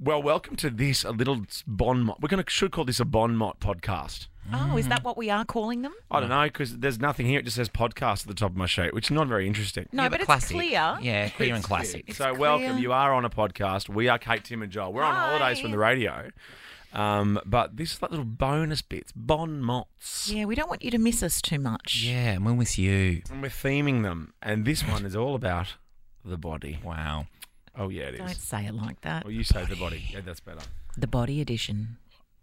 Well, welcome to this a little bon mot. We're going to should call this a bon mot podcast. Oh, is that what we are calling them? I don't know because there's nothing here. It just says podcast at the top of my sheet, which is not very interesting. No, Yeah, but, it's classic. clear. Yeah, clear and classic. so welcome. You are on a podcast. We are Kate, Tim, and Joel. We're on Hi. holidays from the radio, um, but this is like little bonus bits, bon mots, Yeah, we don't want you to miss us too much. Yeah, and we're with you. and we're theming them. And this one is all about the body. Wow. Oh yeah, it Don't is. say it like that. Well, you say the body. Yeah, that's better. The body edition.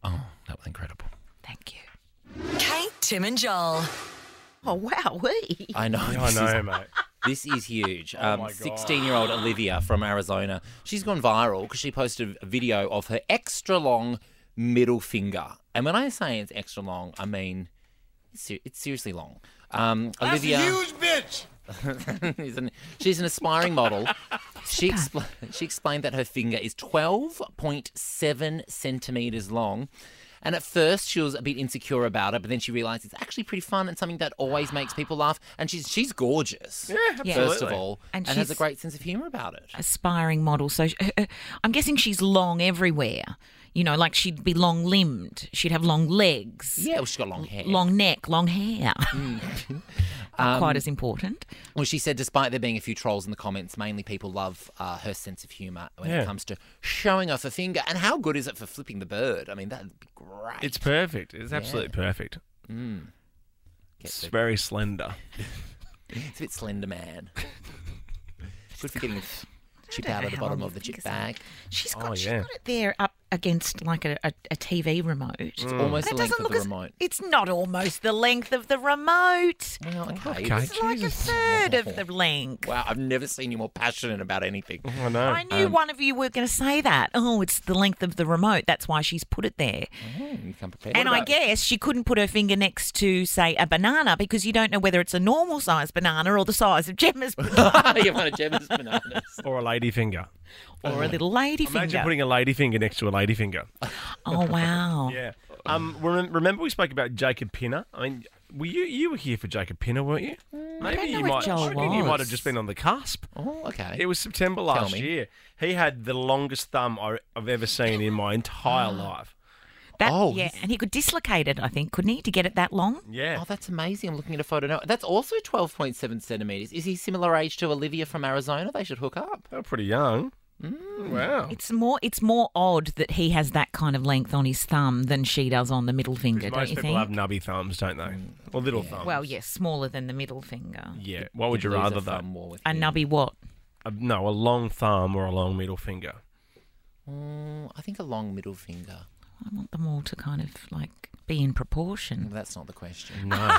Oh, that was incredible. Thank you. Kate, Tim, and Joel. Oh, wow. We. I know. this Is, mate. this is huge. my Um, God. 16 year old Olivia from Arizona. She's gone viral because she posted a video of her extra long middle finger. And when I say it's extra long, I mean it's, ser- it's seriously long. Um, Olivia. is an, she's an aspiring model. She, expl- she explained that her finger is 12.7 centimetres long. And at first, she was a bit insecure about it, but then she realised it's actually pretty fun and something that always makes people laugh. And she's she's gorgeous, Yeah. first of absolutely. all, And and, has a she's- great sense of humour about it. Aspiring model. So uh, I'm guessing she's long everywhere. You know, like she'd be long limbed, she'd have long legs. Yeah, well, she's got long hair. Long neck, long hair. Not quite as important. Well, she said, despite there being a few trolls in the comments, mainly people love uh, her sense of humour when Yeah. it comes to showing off her finger. And how good is it for flipping the bird? I mean, that'd be great. It's perfect. It's absolutely perfect. Mm. It's very slender. It's a bit slender man. Good for getting chip out of the bottom of the chip bag. She's got, Oh, she's yeah. got it there up against like a, a, a TV remote. It's almost That the length doesn't of look the as, remote. It's not almost the length of the remote. Well, okay. okay. this- It's like a third of the length. Wow, I've never seen you more passionate about anything. I know. I knew one of you were going to say that. Oh, it's the length of the remote. That's why she's put it there. Mm, you come prepared. and I guess she couldn't put her finger next to, say, a banana because you don't know whether it's a normal sized banana or the size of Gemma's banana you want a Gemma's bananas. Or a lady finger. or a little lady Imagine finger. putting a lady finger next to a lady finger. oh, wow. Yeah. Um. Remember, remember we spoke about Jacob Pinner. I mean, were you you were here for Jacob Pinner, weren't you? Maybe Mm, don't know you if might. Joel I reckon you might was. have just been on the cusp. Oh, okay. It was September last me. year. He had the longest thumb I, I've ever seen in my entire life. That, Oh, yeah. he's- And he could dislocate it, I think, couldn't he, to get it that long? Yeah. Oh, that's amazing. I'm looking at a photo now. That's also 12.7 centimetres. Is he similar age to Olivia from Arizona? They should hook up. They were pretty young. Mm. Wow. It's more it's more odd that he has that kind of length on his thumb than she does on the middle finger, Because don't most you people think? Mm. have nubby thumbs, don't they? Or little thumbs. Well, yes, smaller than the middle finger. Yeah. What would you Lose a rather, thumb though? war with A him. nubby what? A, no, a long thumb or a long middle finger. Mm, I think a long middle finger. I want them all to kind of like be in proportion. Well, that's not the question. No.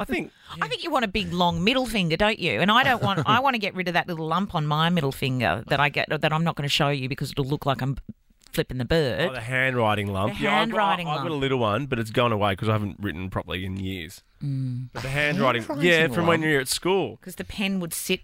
I think I think you want a big long middle finger, don't you? And I don't want. I want to get rid of that little lump on my middle finger that I get that I'm not going to show you because it'll look like I'm flipping the bird. Oh, the handwriting lump. The I've got- handwriting I've, got a lump. little one, but it's gone away because I haven't written properly in years. Mm. But the handwriting, Handwriting yeah, from when lump. you're at school. Because the pen would sit.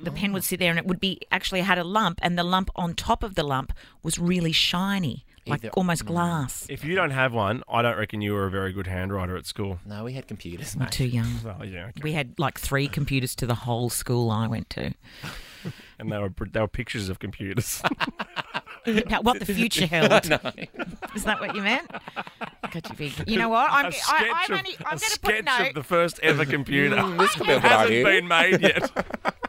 The pen Oh. would sit there, and it would be actually had a lump, and the lump on top of the lump was really shiny, like Either- Mm. almost glass. If you don't have one, I don't reckon you were a very good handwriter at school. No, we had computers, I'm mate. Mm, too young. Oh yeah, okay. We had like three computers to the whole school I went to. and they were they were pictures of computers. Now, what the future held. Is that what you meant? Could you, be, you know what? I'm, a I- sketch, I'm of, only. I'm a going to put a sketch note. of the first ever computer. Mm, this could be a It good hasn't idea. been made yet.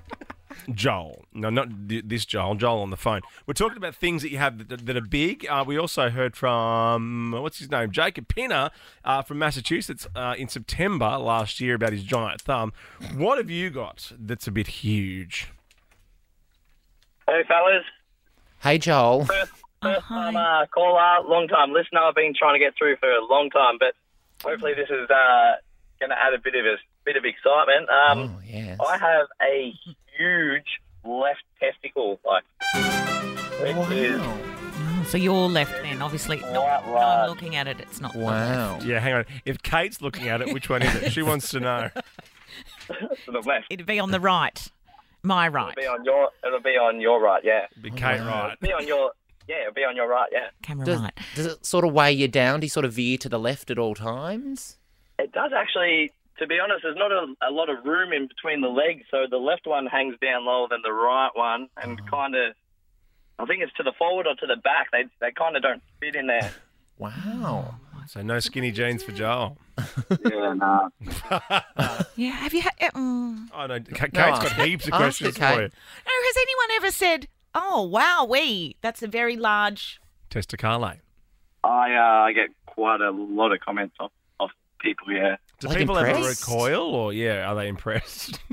Joel, no, not th- this Joel. Joel on the phone. We're talking about things that you have that, that are big. Uh, we also heard from what's his name, Jacob Pinner uh, from Massachusetts uh, in September last year about his giant thumb. What have you got that's a bit huge? Hey fellas, Hey, Joel. Oh, I'm hi. a caller, long time listener. I've been trying to get through for a long time, but hopefully this is uh, going to add a bit of a bit of excitement. Um, Oh, yes. I have a huge left testicle, like it is Wow. Oh, so you're left then, obviously. No, Quite no, I'm large. looking at it. It's not. Wow. Yeah, hang on. If Kate's looking at it, which one is it? She wants to know. to the left. It'd be on the right, my right. It'll be on your. It'll be on your right. Yeah. Be Oh, Kate right? It'll be on your. Yeah. It'll be on your right. Yeah. Camera Does, right. does it sort of weigh you down? Do you sort of veer to the left at all times? It does actually. To be honest, there's not a, a lot of room Oh. in between the legs, so the left one hangs down lower than the right one, and kind of I think it's to the forward or to the back. They they kind of don't fit in there. Wow. So no skinny jeans for Joel. yeah, nah. Yeah, have you? Ha- uh, mm. Oh no, Ka- Kate's got ask- heaps of ask questions it, for Kate. you. No, has anyone ever said, "Oh wow, we"? That's a very large. Testicale. I uh, I get quite a lot of comments off off people. Yeah. Do Like people impressed? ever recoil, or yeah, are they impressed?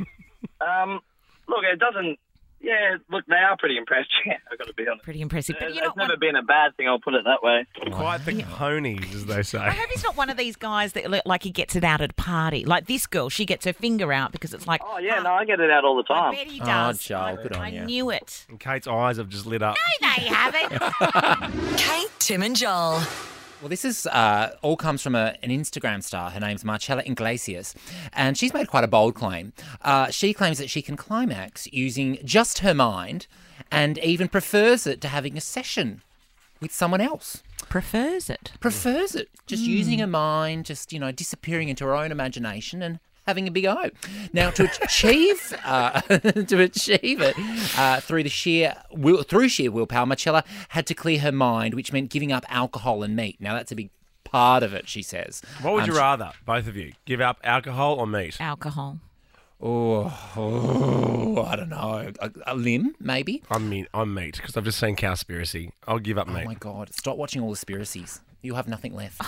Um, look, it doesn't. Yeah, look, they are pretty impressed. Yeah, I've got to be honest. Pretty impressive. But It's you're not one. never been a bad thing. I'll put it that way. Quite the conies, as they I say. hope he's not one of these guys that look like he gets it out at a party. Like this girl, she gets her finger out because it's like, Oh yeah, "Ah, no, I get it out all the I time. bet he Oh, does. Joel, I, good on I you. knew it. And Kate's eyes have just lit up. No, they haven't. Kate, Tim, and Joel. Well, this is uh, all comes from a, an Instagram star. Her name's Marcella Iglesias, and she's made quite a bold claim. Uh, she claims that she can climax using just her mind, and even prefers it to having a session with someone else. Prefers it. Prefers it just using Hmm. her mind, just you know, disappearing into her own imagination and having a big O. Now, to achieve uh, to achieve it uh, through the sheer will, through sheer willpower, Marcella had to clear her mind, which meant giving up alcohol and meat. Now, that's a big part of it, she says. What would Um, you rather, both of you, give up alcohol or meat? Alcohol. Oh, oh, I don't know, a, a limb maybe. I'm meat. I'm meat because I've just seen Cowspiracy. I'll give up meat. Oh my God! Stop watching all the conspiracies. You'll have nothing left.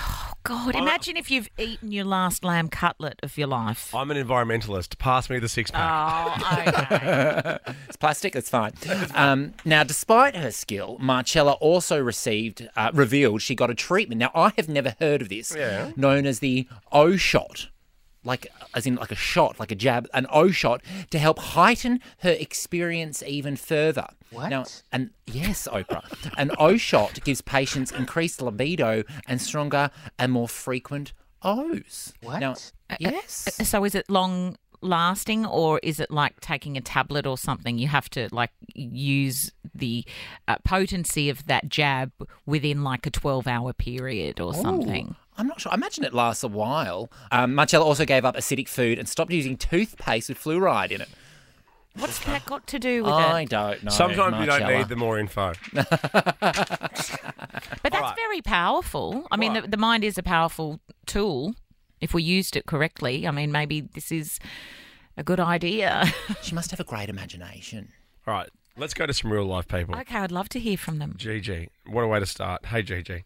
God, imagine if you've eaten your last lamb cutlet of your life. I'm an environmentalist. Pass me the six Ah. pack. Oh, okay. It's plastic. It's fine. Um, now, despite her skill, Marcella also received uh, revealed she got a treatment. Now, I have never heard of this. Yeah. Known as the O shot, like as in like a shot, like a jab, an O shot to help heighten her experience even further. What? Now, and yes, Oprah, an O shot gives patients increased libido and stronger and more frequent O's. What? Now, yes. so is it long lasting or is it like taking a tablet or something? You have to like use the uh, potency of that jab within like a 12 hour period or something. I'm not sure. I imagine it lasts a while. Um, Marcella also gave up acidic food and stopped using toothpaste with fluoride in it. What's that got to do with I it? don't know. Sometimes you don't Marcella. need the more info. But that's Alright. very powerful. I mean, the, the mind is a powerful tool if we used it correctly. I mean, maybe this is a good idea. She must have a great imagination. All right, let's go to some real life people. okay, I'd love to hear from them. Gigi, what a way to start. Hey, Gigi,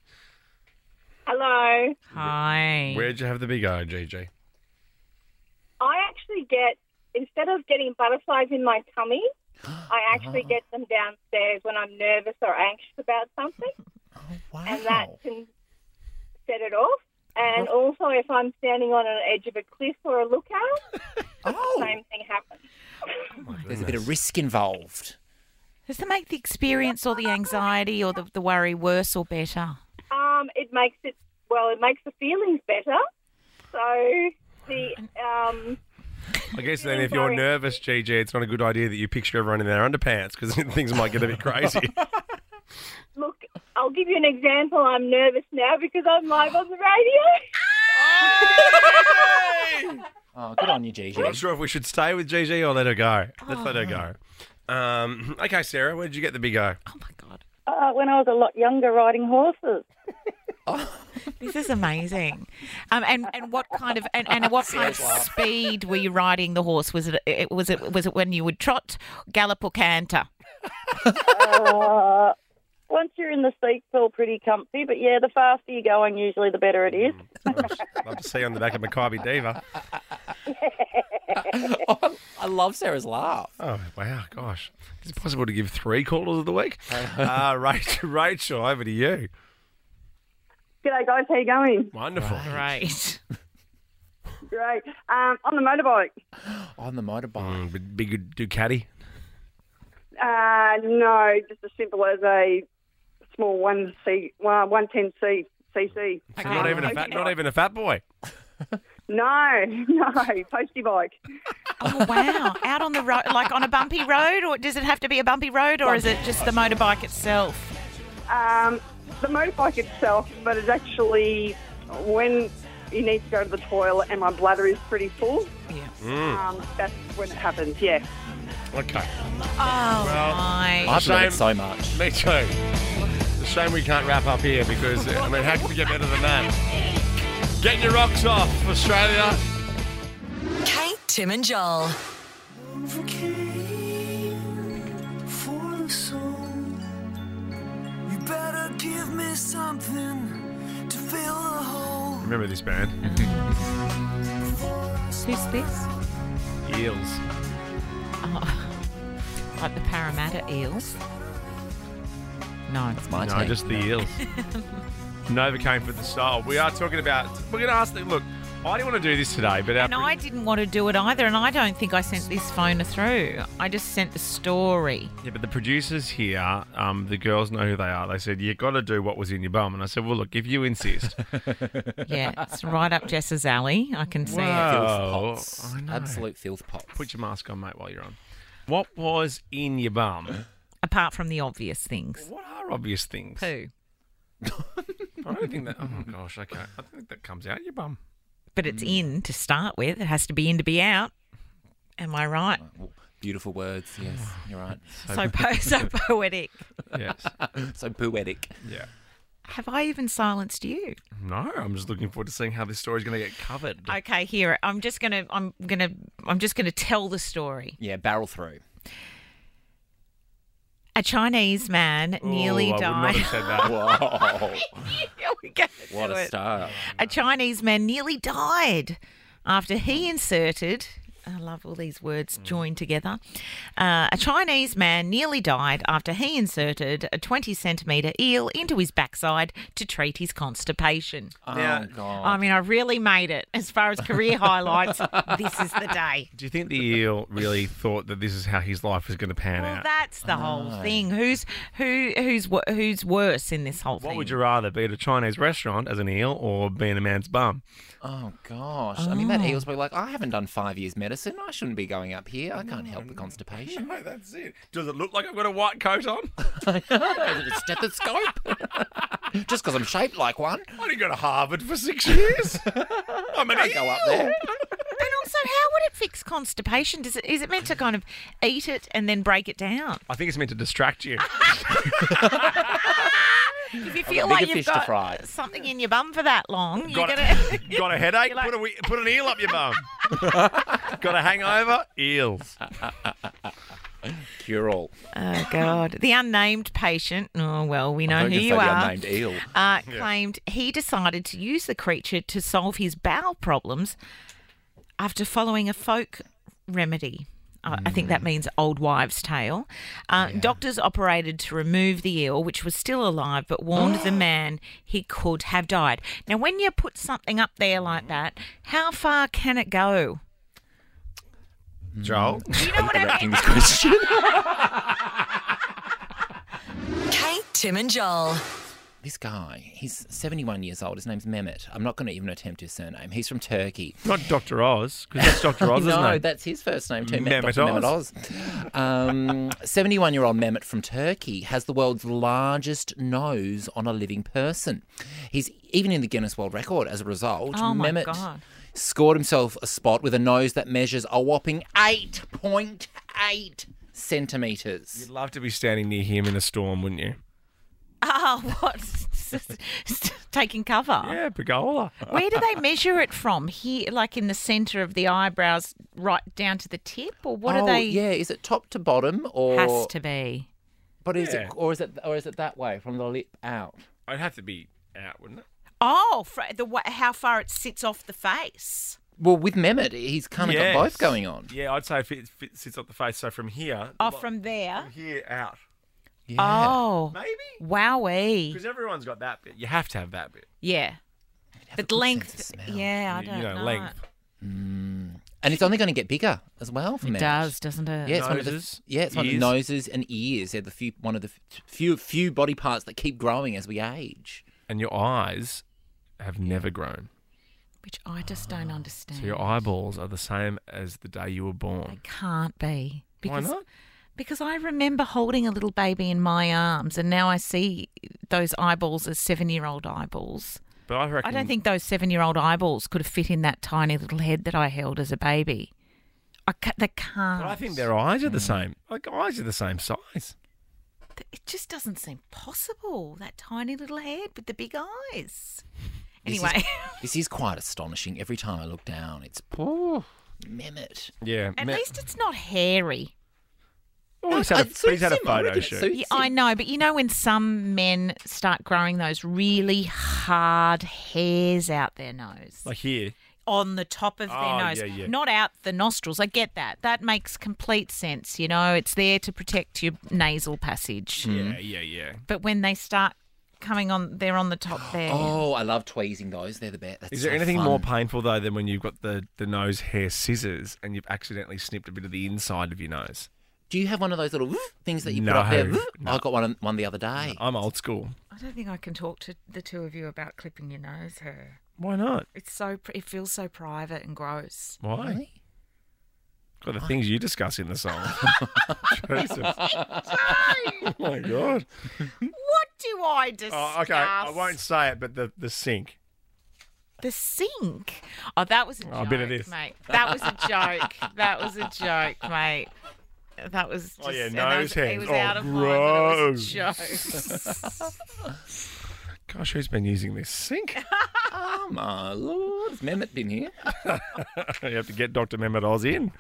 Hello. Hi. where'd you have the big O, Gigi? I actually get, instead of getting butterflies in my tummy, I actually get them downstairs when I'm nervous or anxious about something, Wow. and that can set it off. And also, if I'm standing on an edge of a cliff or a lookout, oh, same thing happens. there's a bit of risk involved. Does it make the experience or the anxiety or the, the worry worse or better? Um, it makes it well, it makes the feelings better. So the um, I guess then if you're nervous, Gigi, it's not a good idea that you picture everyone in their underpants because things might get a bit crazy. look, I'll give you an example. I'm nervous now because I'm live on the radio. Oh, good on you, Gigi. I'm not sure if we should stay with Gigi or let her go. Let's let her go. Um, okay, Sarah, where did you get the big O? Oh my God. Uh, when I was a lot younger, riding horses. This is amazing. Um, and, and what kind of and, and what kind of speed were you riding the horse? Was it, it was it was it when you would trot, gallop or canter? uh, once you're in the seat, feel pretty comfy. But yeah, the faster you're going, usually the better it is. Gosh, love to see you on the back of Maccabi Diva. Oh, I love Sarah's laugh. Oh, wow, gosh. Is it possible to give three callers of the week? Uh, Rachel, Rachel, over to you. G'day, guys. How you going? Wonderful. Right. Great. Um, on the motorbike. On the motorbike. Mm, but big Ducati. Uh, no, just as simple as a small one c one ten c cc. So not even a fat, not even a fat boy. No, no, postie bike. Oh wow! Out on the road, like on a bumpy road, or does it have to be a bumpy road, or is it just the motorbike itself? Um, the motorbike itself, but it's actually when you need to go to the toilet and my bladder is pretty full. Mm-hmm. Yeah. Um, that's when it happens. Yeah. Okay. Oh, my. I've Shame. learned so much. Me too. It's a shame we can't wrap up here because, I mean, how can we get better than that? Get your rocks off, Australia. Kate, Tim, and Joel. Remember this band? Who's this? Eels. Oh, like the Parramatta eels? No. My No, take. just the eels. Nova came for the soul. We are talking about. We're going to ask. Them, look, I didn't want to do this today, but our And I producer- didn't want to do it either, and I don't think I sent this phone through. I just sent the story. Yeah, but the producers here, um, the girls know who they are. They said, you got to do what was in your bum. And I said, well, look, if you insist. Yeah, it's right up Jess's alley. I can see it. filth Wow. pots. Oh, I know. Absolute filth pots. Put your mask on, mate, while you're on. What was in your bum? Apart from the obvious things. What are obvious things? Poo. I don't think that. Oh my gosh, okay. I think that comes out of your bum. But it's Mm. in to start with. It has to be in to be out. Am I right? Beautiful words. Yes, you're right. So, po- so poetic. Yes. So poetic. yeah. Have I even silenced you? No, I'm just looking forward to seeing how this story's going to get covered. Okay, here I'm just gonna I'm gonna I'm just gonna tell the story. Yeah, barrel through. A Chinese man nearly Ooh, Oh, I would not died. have said that. Whoa. Here we go. what to a it. start. A Chinese man nearly died after he inserted. I love all these Mm. words joined together. Uh, a Chinese man nearly died after he inserted a 20 centimetre eel into his backside to treat his constipation. oh, God. I mean, I really made it. As far as career highlights, this is the day. Do you think the eel really thought that this is how his life was going to pan Well, out? that's the whole thing. Who's who? Who's wo- who's worse in this whole thing? what would you rather be at a Chinese restaurant as an eel or be in a man's bum? Oh gosh! I mean, that Oh. eel's probably like, I haven't done five years medicine. I shouldn't be going up here. I can't help the constipation. No, that's it. Does it look like I've got a white coat on? Is it a stethoscope? Just because I'm shaped like one, I didn't go to Harvard for six years. I'm an I go up there. And also, how would it fix constipation? Does it is it meant to kind of eat it and then break it down? I think it's meant to distract you. If you feel bigger like you've fish to got fry. something in your bum for that long, you're got, gonna. a, got a headache? like- put, a, wee- put an eel up your bum. got a hangover? Eels. Cure all. oh God! The unnamed patient. Oh well, we know I'm who gonna you say the are. unnamed eel. Uh, claimed he decided to use the creature to solve his bowel problems after following a folk remedy. I I think that means old wives' tale. Uh, Doctors operated to remove the eel, which was still alive, but warned the man he could have died. Now, when you put something up there like that, how far can it go? Joel? You know what I mean? Directing this question. Kate, Tim, and Joel. This guy, he's 71 years old. His name's Mehmet. I'm not going to even attempt his surname. He's from Turkey. Not Dr. Oz, because that's Dr. Oz's no, name. that's his first name too. Mehmet Mehmet, Dr. Mehmet Oz. Um, 71-year-old Mehmet from Turkey has the world's largest nose on a living person. He's even in the Guinness World Record as a result. Oh, my Mehmet God. scored himself a spot with a nose that measures a whopping 8.8 centimetres. You'd love to be standing near him in a storm, wouldn't you? Oh, what? Taking cover. Yeah, pergola. Where do they measure it from? Here, like in the centre of the eyebrows, right down to the tip, or what oh, are they? Yeah, is it top to bottom or Has to be. but is Yeah. it or is it or is it that way from the lip out? I'd have to be out, wouldn't it? Oh, fr- the wa- how far it sits off the face. Well, with Mehmet, he's kind of got both going on. Yeah, I'd say if it fits, sits up the face, so from here, Oh, from there. here out, Oh, maybe. wowee. Because everyone's got that bit. You have to have that bit. Yeah. But length. Yeah, I You- don't you know, know. length. And it's only going to get bigger as well for It Mehmet. does, doesn't it? Yeah, it's one of the Noses, yeah, it's one of the ears. noses and ears. They're the few one of the f- few few body parts that keep growing as we age. And your eyes have never grown. Which I just don't understand. So your eyeballs are the same as the day you were They born. can't Why be. Because, not? Because I remember holding a little baby in my arms, and now I see those eyeballs as seven-year-old eyeballs. But I reckon. I don't think those seven year old eyeballs could have fit in that tiny little head that I held as a baby. I ca- they can't. But I think their eyes are the same. Like eyes are the same size. It just doesn't seem possible. That tiny little head with the big eyes. This is- Anyway, This is quite astonishing. Every time I look down, it's Mehmet. Yeah. at least it's not hairy. oh, he's had a, suits he's had a him. I photo reckon it shoot. suits Yeah, him. I know, but you know when some men start growing those really hard hairs out their nose, Like here. on the top of their Oh, nose, yeah, yeah. not out the nostrils. I get that. That makes complete sense. You know, it's there to protect your nasal passage. Yeah, yeah, yeah. But when they start coming on, they're on the top there. Oh, I love tweezing those. They're the best. That's Is there so anything fun. more painful though than when you've got the, the nose hair scissors and you've accidentally snipped a bit of the inside of your nose? Do you have one of those little things that you put up No, there? I got one one the other day. I'm old school. I don't think I can talk to the two of you about clipping your nose hair. Why not? It's so it feels so private and gross. Why? God, the things you discuss in the song. Jesus. oh my god. What do I discuss? Oh, okay, I won't say it, but the, the sink. The sink. Oh, that was a joke, Oh, a bit of this. mate. That was a joke. that was a joke, mate. That was just, Oh, yeah, and nose that was, It hands. was Oh, out of line, but it was a joke. Gosh, who's been using this sink? Oh my lord, has Mehmet been here? you have to get Dr. Mehmet Oz in.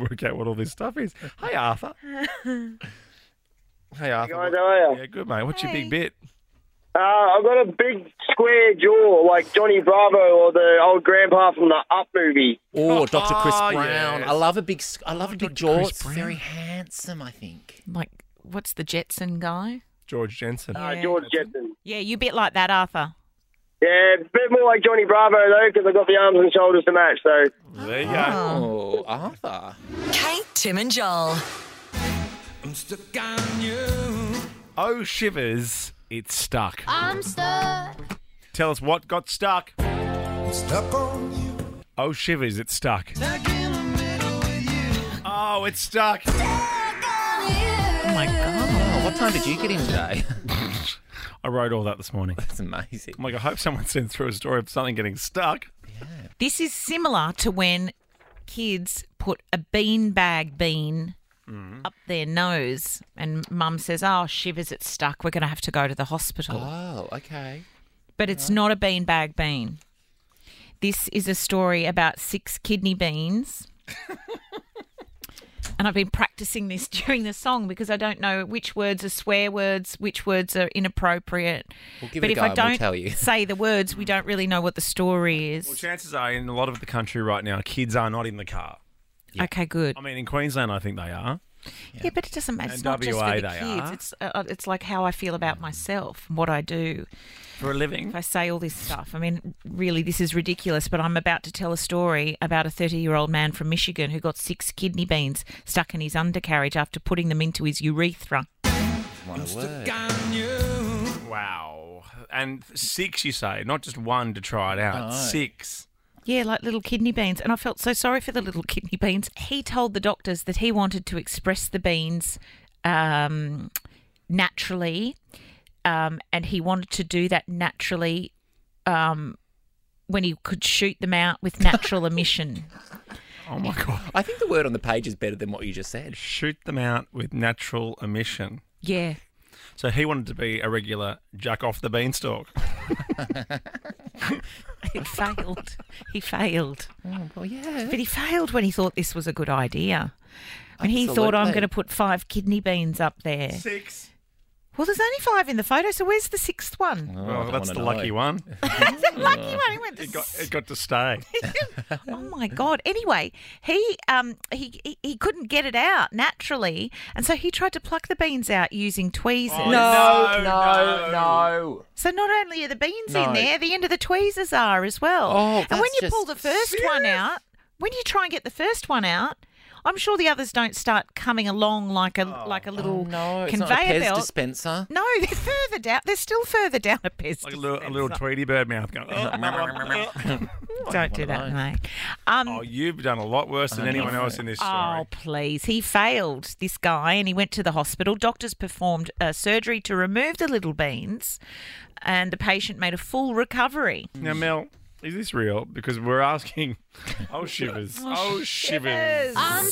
Work out what all this stuff is. Hey, Arthur. hey, Arthur. guys, how are ya? Yeah, good, mate. What's your Hey. big bit? Uh, I've got a big square jaw like Johnny Bravo or the old grandpa from the Up movie. Or Dr. Chris Oh, Brown. yes. I love a big, s- I love a big jaw. Chris It's Brown. very handsome, I think. like, what's the Jetson guy? George Jensen. Uh, Yeah. George Jetson. Yeah, you bit like that, Arthur. Yeah, a bit more like Johnny Bravo though, because I've got the arms and shoulders to match. So There you go. Oh, Arthur. Kate, Tim, and Joel. Oh, shivers. It's stuck. I'm stuck. Tell us what got stuck. Stuck on you. Oh, shivers. It's stuck. Oh, it's stuck. Oh my god. Oh, what time did you get in today? I wrote all that this morning. That's amazing. I'm like, I hope someone sends through a story of something getting stuck. This is similar to when kids put a beanbag bean Mm-hmm. up their nose, and mum says, "Oh, shivers, it's stuck. We're going to have to go to the hospital." Oh, okay. but it's not a beanbag bean. This is a story about six kidney beans. and I've been practicing this during the song because I don't know which words are swear words, which words are inappropriate. give but if it a go I and we'll don't tell you. say the words, we don't really know what the story is. Well, chances are, in a lot of the country right now, kids are not in the car. Okay, good. I mean, in Queensland, I think they are. Yeah, but it doesn't matter. It's And not just WA for the they kids. are. It's uh, it's like how I feel about myself, and what I do. For a living. If I say all this stuff, I mean, really, this is ridiculous, but I'm about to tell a story about a 30 year old man from Michigan who got six kidney beans stuck in his undercarriage after putting them into his urethra. My word. Wow. And six, you say, not just one to try it out. No. Six. Yeah, like little kidney beans. And I felt so sorry for the little kidney beans. He told the doctors that he wanted to express the beans um, naturally, um, and he wanted to do that naturally um, when he could shoot them out with natural emission. Oh my god. I think the word on the page is better than what you just said. Shoot them out with natural emission. Yeah. So he wanted to be a regular jack off the beanstalk. It failed. He failed. Oh, well, yeah. But he failed when he thought this was a good idea. When he thought, I'm Absolutely. going to put five kidney beans up there. Six. Well, there's only five in the photo, so where's the sixth one? Oh, I Well, don't that's the wanna know. lucky one. That's a lucky one. He went to It got, it got to stay. oh my god! Anyway, he um he, he he couldn't get it out naturally, and so he tried to pluck the beans out using tweezers. Oh, No, No, no, no. no. So not only are the beans No. in there, the end of the tweezers are as well. Oh, and when that's you pull the just first one serious. out, when you try and get the first one out, I'm sure the others don't start coming along like a like a little Oh, No, it's conveyor not a Pez belt. dispenser. no, they're further down. They're still further down a Pez Like a little, a dispenser. little Tweety Bird mouth going. "Oh, Don't do that, mate. Um, oh, you've done a lot worse than anyone else in this story. Oh, please. He failed, this guy, and he went to the hospital. Doctors performed uh, surgery to remove the little beans, and the patient made a full recovery. Now, Mel, Is this real? Because we're asking. Oh shivers! Oh shivers! Um,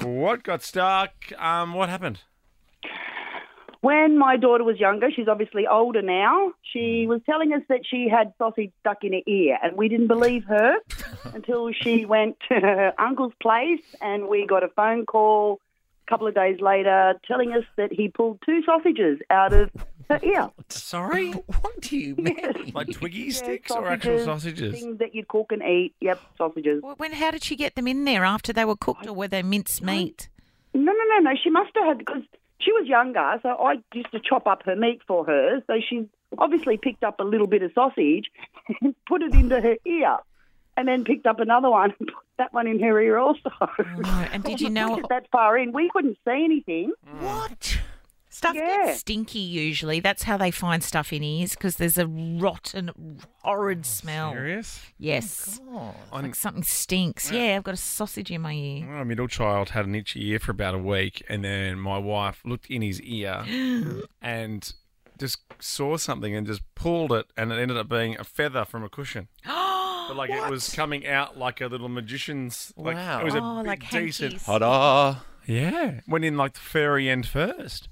What got stuck? Um, what happened? When my daughter was younger, she's obviously older now, Mm. she was telling us that she had sausage stuck in her ear, and we didn't believe her until she went to her uncle's place and we got a phone call a couple of days later telling us that he pulled two sausages out of her ear. Sorry, What do you mean? like Twiggy Yeah, sticks or actual sausages? Things that you cook and eat. Yep, sausages. Wh- When? How did she get them in there? After they were cooked, or were they minced meat? No, no, no, no. She must have had because she was younger, so I used to chop up her meat for her. So she obviously picked up a little bit of sausage and put it into her ear, and then picked up another one and put that one in her ear also. Oh, No. And did you know Look at that far in, we couldn't see anything. What? stuff Yeah. gets stinky? Usually, that's how they find stuff in ears because there's a rotten, horrid smell. Serious? Yes, like something stinks. Yeah. I've got a sausage in my ear. My middle child had an itchy ear for about a week, and then my wife looked in his ear and just saw something and just pulled it, and it ended up being a feather from a cushion. but like it was coming out like a little magician's. Like, Wow. It was a Oh, big, like decent. hankies. Ta-da. Yeah, went in like the furry end first.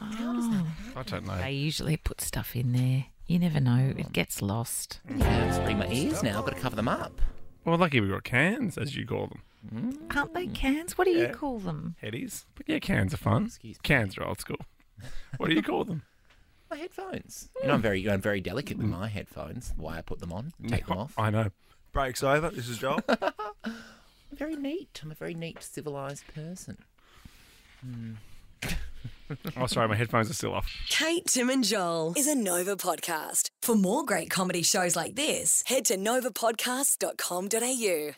I don't know. They usually put stuff in there. You never know; it gets lost. Yeah, it's putting my ears now. I've got to cover them up. Well, lucky we got cans, as you call them. Aren't they cans? What do you call them? Headies. But yeah, cans are fun. Excuse me. Cans are old school. What do you call them? My headphones. You know, I'm very, I'm very delicate with my headphones. Why I put them on, and take them off. I know. Break's over. This is Joel. I'm very neat. I'm a very neat, civilized person. oh, sorry, my headphones are still off. Kate, Tim, and Joel is a Nova podcast. For more great comedy shows like this, head to novapodcast.com.au.